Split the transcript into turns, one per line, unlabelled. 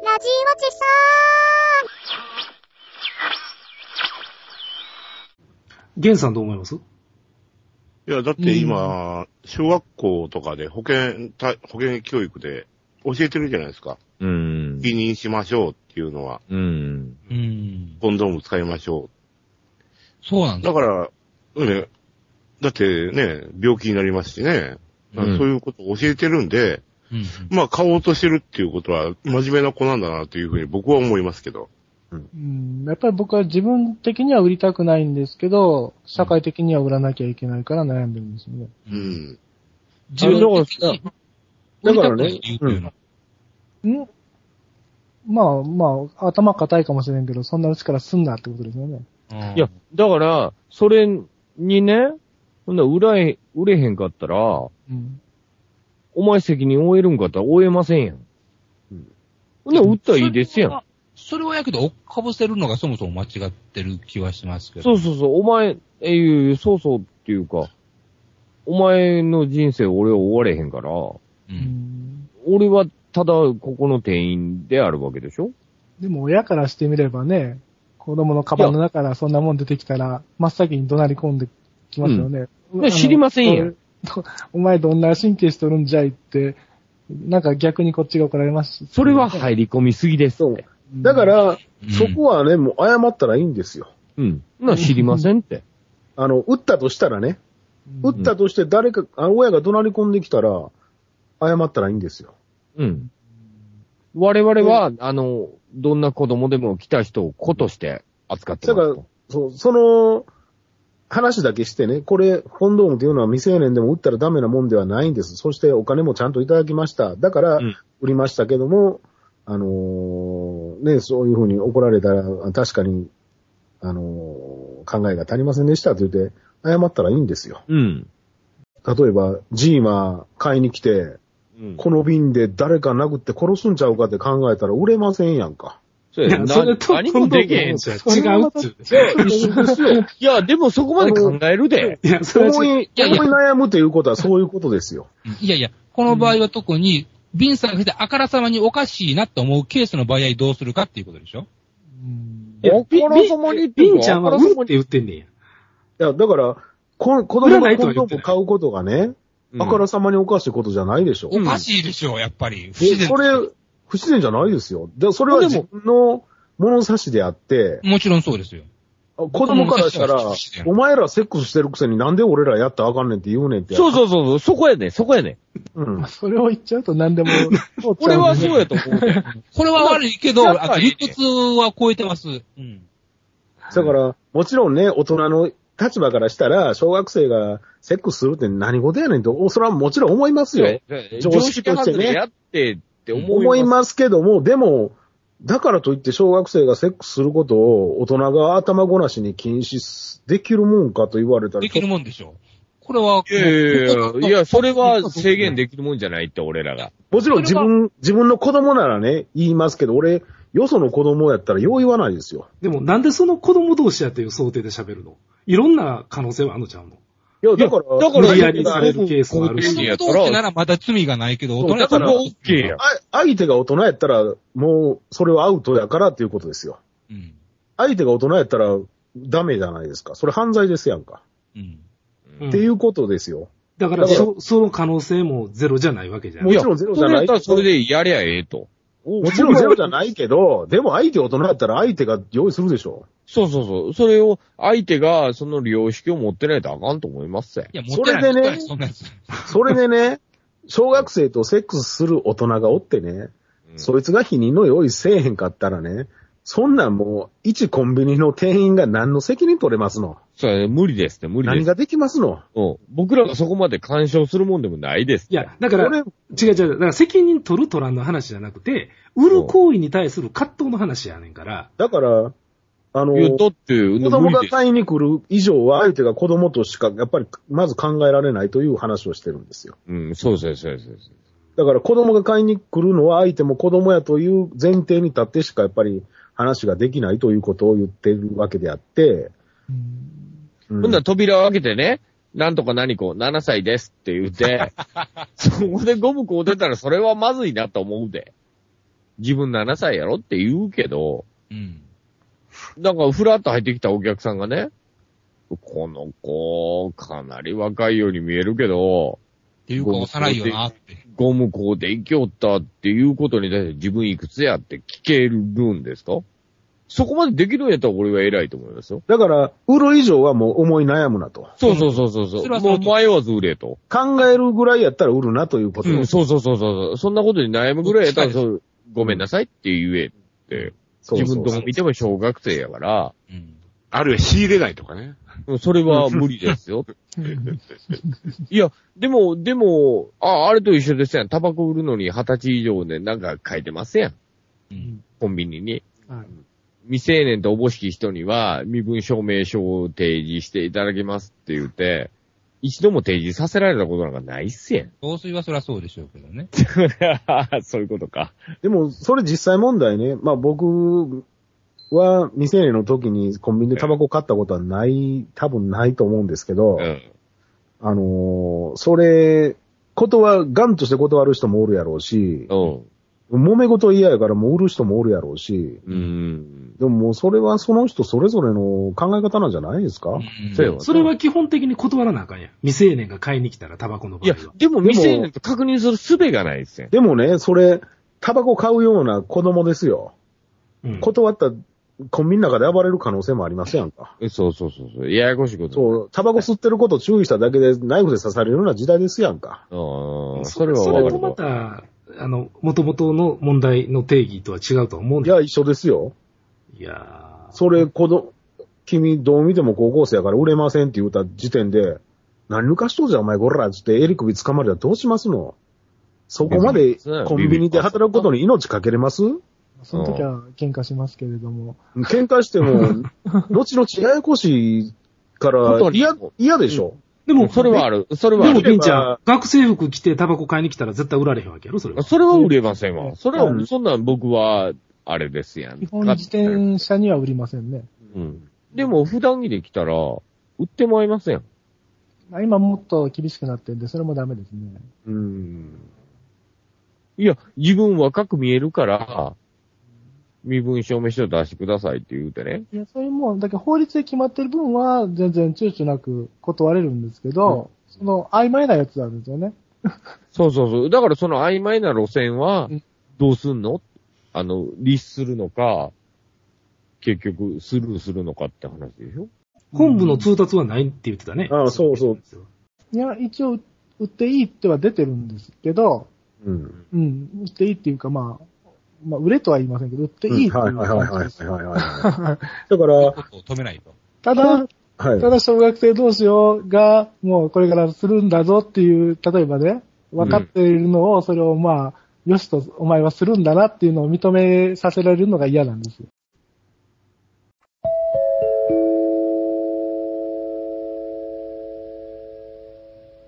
じさ
ゲンさんどう思います
いや、だって今、小学校とかで保健、た保健教育で教えてるじゃないですか。
うん。
避妊しましょうっていうのは、
うん。
うん。
コンドーム使いましょ
そうなん
う。
だ。
だから、ね、だってね、病気になりますしね。
うん
そういうことを教えてるんで、
うん。
まあ買おうとしてるっていうことは真面目な子なんだなというふうに僕は思いますけど。
うん、やっぱり僕は自分的には売りたくないんですけど、社会的には売らなきゃいけないから悩んでるんですよね。
うん。
自分的に
だからね
降りたくない理由っていうのは
んまあまあ、頭固いかもしれんけど、そんなうちからすんなってことですよね。
うん
いや、だから、それにね、そんな売らへ、売れへんかったら、
うん。
お前責任負えるんかったら負えませんやん。うん。ほんなら売ったらいいですやん。
それはやけど、追っかぶせるのがそもそも間違ってる気はしますけど。
そうそうそう、お前、えいう、そうそうっていうか、お前の人生俺は終われへんから、
う。
うんん、
俺はただここの店員であるわけでしょ
でも親からしてみればね、子供のカバンの中からそんなもん出てきたら、真っ先に怒鳴り込んできますよね。
ん
うあの
知りませんやん
ど お前どんな神経しとるんじゃいって、なんか逆にこっちが怒られますし
それは入り込みすぎですって。
だか、ら、
うん
そこはね、もう謝ったらいいんですよ。
うん。な、知りませんって。
あの、打ったとしたらね、
う
打
ん
ったとして誰か、あの親が怒鳴り込んできたら、謝ったらいいんですよ。
うん。我々は、あの、どんな子供でも来た人を子として扱ってます
だか
と。
そう、その、話だけしてね、これ、コンドームというのは未成年でも打ったらダメなもんではないんです。そしてお金もちゃんといただきました。だから
うん、
売りましたけども、あのーね、そういうふうに怒られたら、確かに、あのー考えが足りませんでしたと言って、謝ったらいいんですよ。
うん。
例えば、ジーマ買いに来て、
うん
この瓶で誰か殴って殺すんちゃうかって考えたら売れませんやんか。
そうやな何もできへん。い
じゃ違うっつう。
一緒ですよ。
や、でもそこまで考えるで。
いや、それ
思、
はい違う。
思い悩むということはそういうことで すよ。
いやいや、この場合は特に、ビンさんが来てあからさまにおかしいなと思うケースの場合どうするかっていうことでしょ
うん
いや
おからさまにって
ビ
いうか
ンちゃんは、
あ
う
からさ
ん
ま
っ
に
て言ってんねんや。
いや、だから、こ子
売らな
供が
いと
コ
は
ン
言っ
ドー
て
ム
ない
買うことがね、
うん
あからさまにおかしいことじゃないでしょ。
おかしいでしょう、やっぱり。不自
え
然
そ。れ、不自然じゃないですよ。で、それは
でも
自分の物差しであって、
もちろんそうですよ。
子供からしたら
子供の差しで、
お前らセックスしてるくせになんで俺らやったらあかんねんって言うねんって。
そうそうそうそう、そこやねそこやね
うん。
それを言っちゃうと何でも、
俺はそうや
と。
と思うで。
これは悪いけど、
だから
あと理屈は超えてます。うん。
だから、もちろんね、大人の立場からしたら、小学生がセックスするって何事やねんと、それはもちろん思いますよ。
常
常
識
識
と
と
し
しててね
ね。やってって思
思
い
い
ます。
ますけども、でも、だからといって小学生がセックスすることを大人が頭ごなしに禁止できるもんかと言われたら、
できるもんでしょう。これは、
いやいやいや、それは制限できるもんじゃないって、俺らが。
もちろん自分、自分の子供ならね、言いますけど、俺、よその子供やったらよう言わないですよ。
でも、なんでその子供同士やっていう想定で喋るのいろんな可能性はあんのちゃうの
いや、だから、
だから
無理やりされるケースもあ
い
る
や
子
し。
いや
供同士ならまだ罪がないけど、大人やったら
そうだから
オッケーや。
あ相手が大人やったら、もう、それはアウトやからっていうことですよ。
うん。
相手が大人やったら、ダメじゃないですか。それ犯罪ですやんか。
うん。
うん
っていうことですよ。
だから、
だから
そ、その可能性もゼロじゃないわけじゃん。
もちろんゼロじゃな
いやそれや
い
ったらそれでやりゃええと。
もちろんゼロじゃないけど、でも相手大人やったら相手が用意するでしょ。
そうそうそう。それを、相手がその良識を持ってないとあかんと思いますぜ
い。や、持ってない
それで
持ってな
ね
いそんなやつ。
それでね、小学生とセックスする大人がおってね、
うん
そいつが否認の用意せえへんかったらね、そんなんもう、一コンビニの店員が何の責任取れますの
それ無理ですって、無理で
何
す。
ができますの
うん。僕らがそこまで干渉するもんでもないです。
いや、だから、
俺
違う違う。だから責任取る取らんの話じゃなくて、売る行為に対する葛藤の話やねんから、
だから、あの、
言うとっ
子
ていうの無
供
理
が
です。
買いに来る以上は相手が子供としか、やっぱりまず考えられないという話をしてるんですよ。
うん、そうそうそうそうそう。
だから子供が買いに来るのは相手も子供やという前提に立ってしかやっぱり話ができないということを言ってるわけであって、うん
ほんなら扉を開けてね、なんとか何子、7歳です って言って、そこでゴムこう出たらそれはまずいなと思うで。自分7歳やろって言うけど、
うん。
なんかふらっと入ってきたお客さんがね、この子、かなり若いように見えるけど、
っていうか、幼いよなって。
ゴムこうで行きおったっていうことに対して自分いくつやって聞けるんですかそこまでできるんやったら俺は偉いと思いますよ。
だから、売る以上はもう思い悩むなと。
そうそうそうそう。
それ
う
はそ
も
の
う迷わず売れと。
考えるぐらいやったら売るなということ。
うん、そうそうそうそう。そんなことに悩むぐらいやったら、
どっちか
そうごめんなさいって言えって。
そうそう
自分とも見ても小学生やから、
うん。
あるいは仕入れないとかね。
うんそれは無理ですよ。いや、でも、でも、あ、あれと一緒ですやん。タバコ売るのに二十歳以上でなんか書いてますやん。
うん。
コンビニに。
はい
未成年とおぼしき人には身分証明書を提示していただきますって言って、一度も提示させられたことなんかないっすやん。
防水はそりゃそうでしょうけどね。
そういうことか。
でも、それ実際問題ね。まあ僕は未成年の時にコンビニでタバコ買ったことはない、多分ないと思うんですけど、
うん。
あのーそれ、断、ガンとして断る人もおるやろうし、
うん。
揉め事嫌やからもう売る人もおるやろうし、
うん。
でももうそれはその人それぞれの考え方なんじゃないですか、
うん
そうやわ
それは基本的に断らなあかんやん。未成年が買いに来たら、タバコの
い
場合
や
は。、
でも未成年と確認する術がないっすやん。
でもね、それ、タバコ買うような子供ですよ。
うん
断ったコンビニの中で暴れる可能性もありますやんか。
えそうそうそうそう。ややこしいこと。
そう、タバコ吸ってることを注意しただけでナイフで刺されるような時代ですやんか。
う。
うんん
それは
そ
わ
れ
か
と
る
ま
わ。
た、あの、元々の問題の定義とは違うとは思うん
い
だ
や、一緒ですよ。
いやー
それ、子供、君どう見ても高校生やから売れませんって言った時点で、何抜かしとうじゃんお前こらっつって襟首掴まれたらどうしますのそこまでコンビニで働くことに命かけれます
その時は喧嘩しますけれども。
喧嘩して も、後々ややこしいから
こと、に
嫌、嫌でしょ、
でも、
それはある。それ
で
はあ
も、
る。
ピンちゃん、学生服着てタバコ買いに来たら絶対売られへんわけやろ、それは。
それは売れませんわ。それ
う
は、
ん
そんなん僕は、あれですやん。
基本自転車には売りませんね。
うん。でも、普段着で来たら、売ってもらえません。
まあ今もっと厳しくなってんで、それもダメですね。
うん。
いや、自分若く見えるから、身分証明書出してくださいって言うてね。
いや、それも、だけど法律で決まってる分は全然躊躇なく断れるんですけど、その曖昧なやつなんですよね。
そうそうそう。だからその曖昧な路線は
うん、
どうすんのあの、立するのか、結局、スルーするのかって話でしょ
本部の通達はないって言ってたね。
ああ、そうそう。
いや、一応売っていいっては出てるんですけど、
うん。
うん、売っていいっていうかまあ、まあ売れとは言いませんけど、売っていいっていう
はいはいは
感
いはい
じです。
はい はい。だから、
ことを止めないと。
ただ、
はい。
ただ小学生同士をが、もうこれからするんだぞっていう、例えばね、分かっているのを、それをまあ、よしと、お前はするんだなっていうのを認めさせられるのが嫌なんですよ。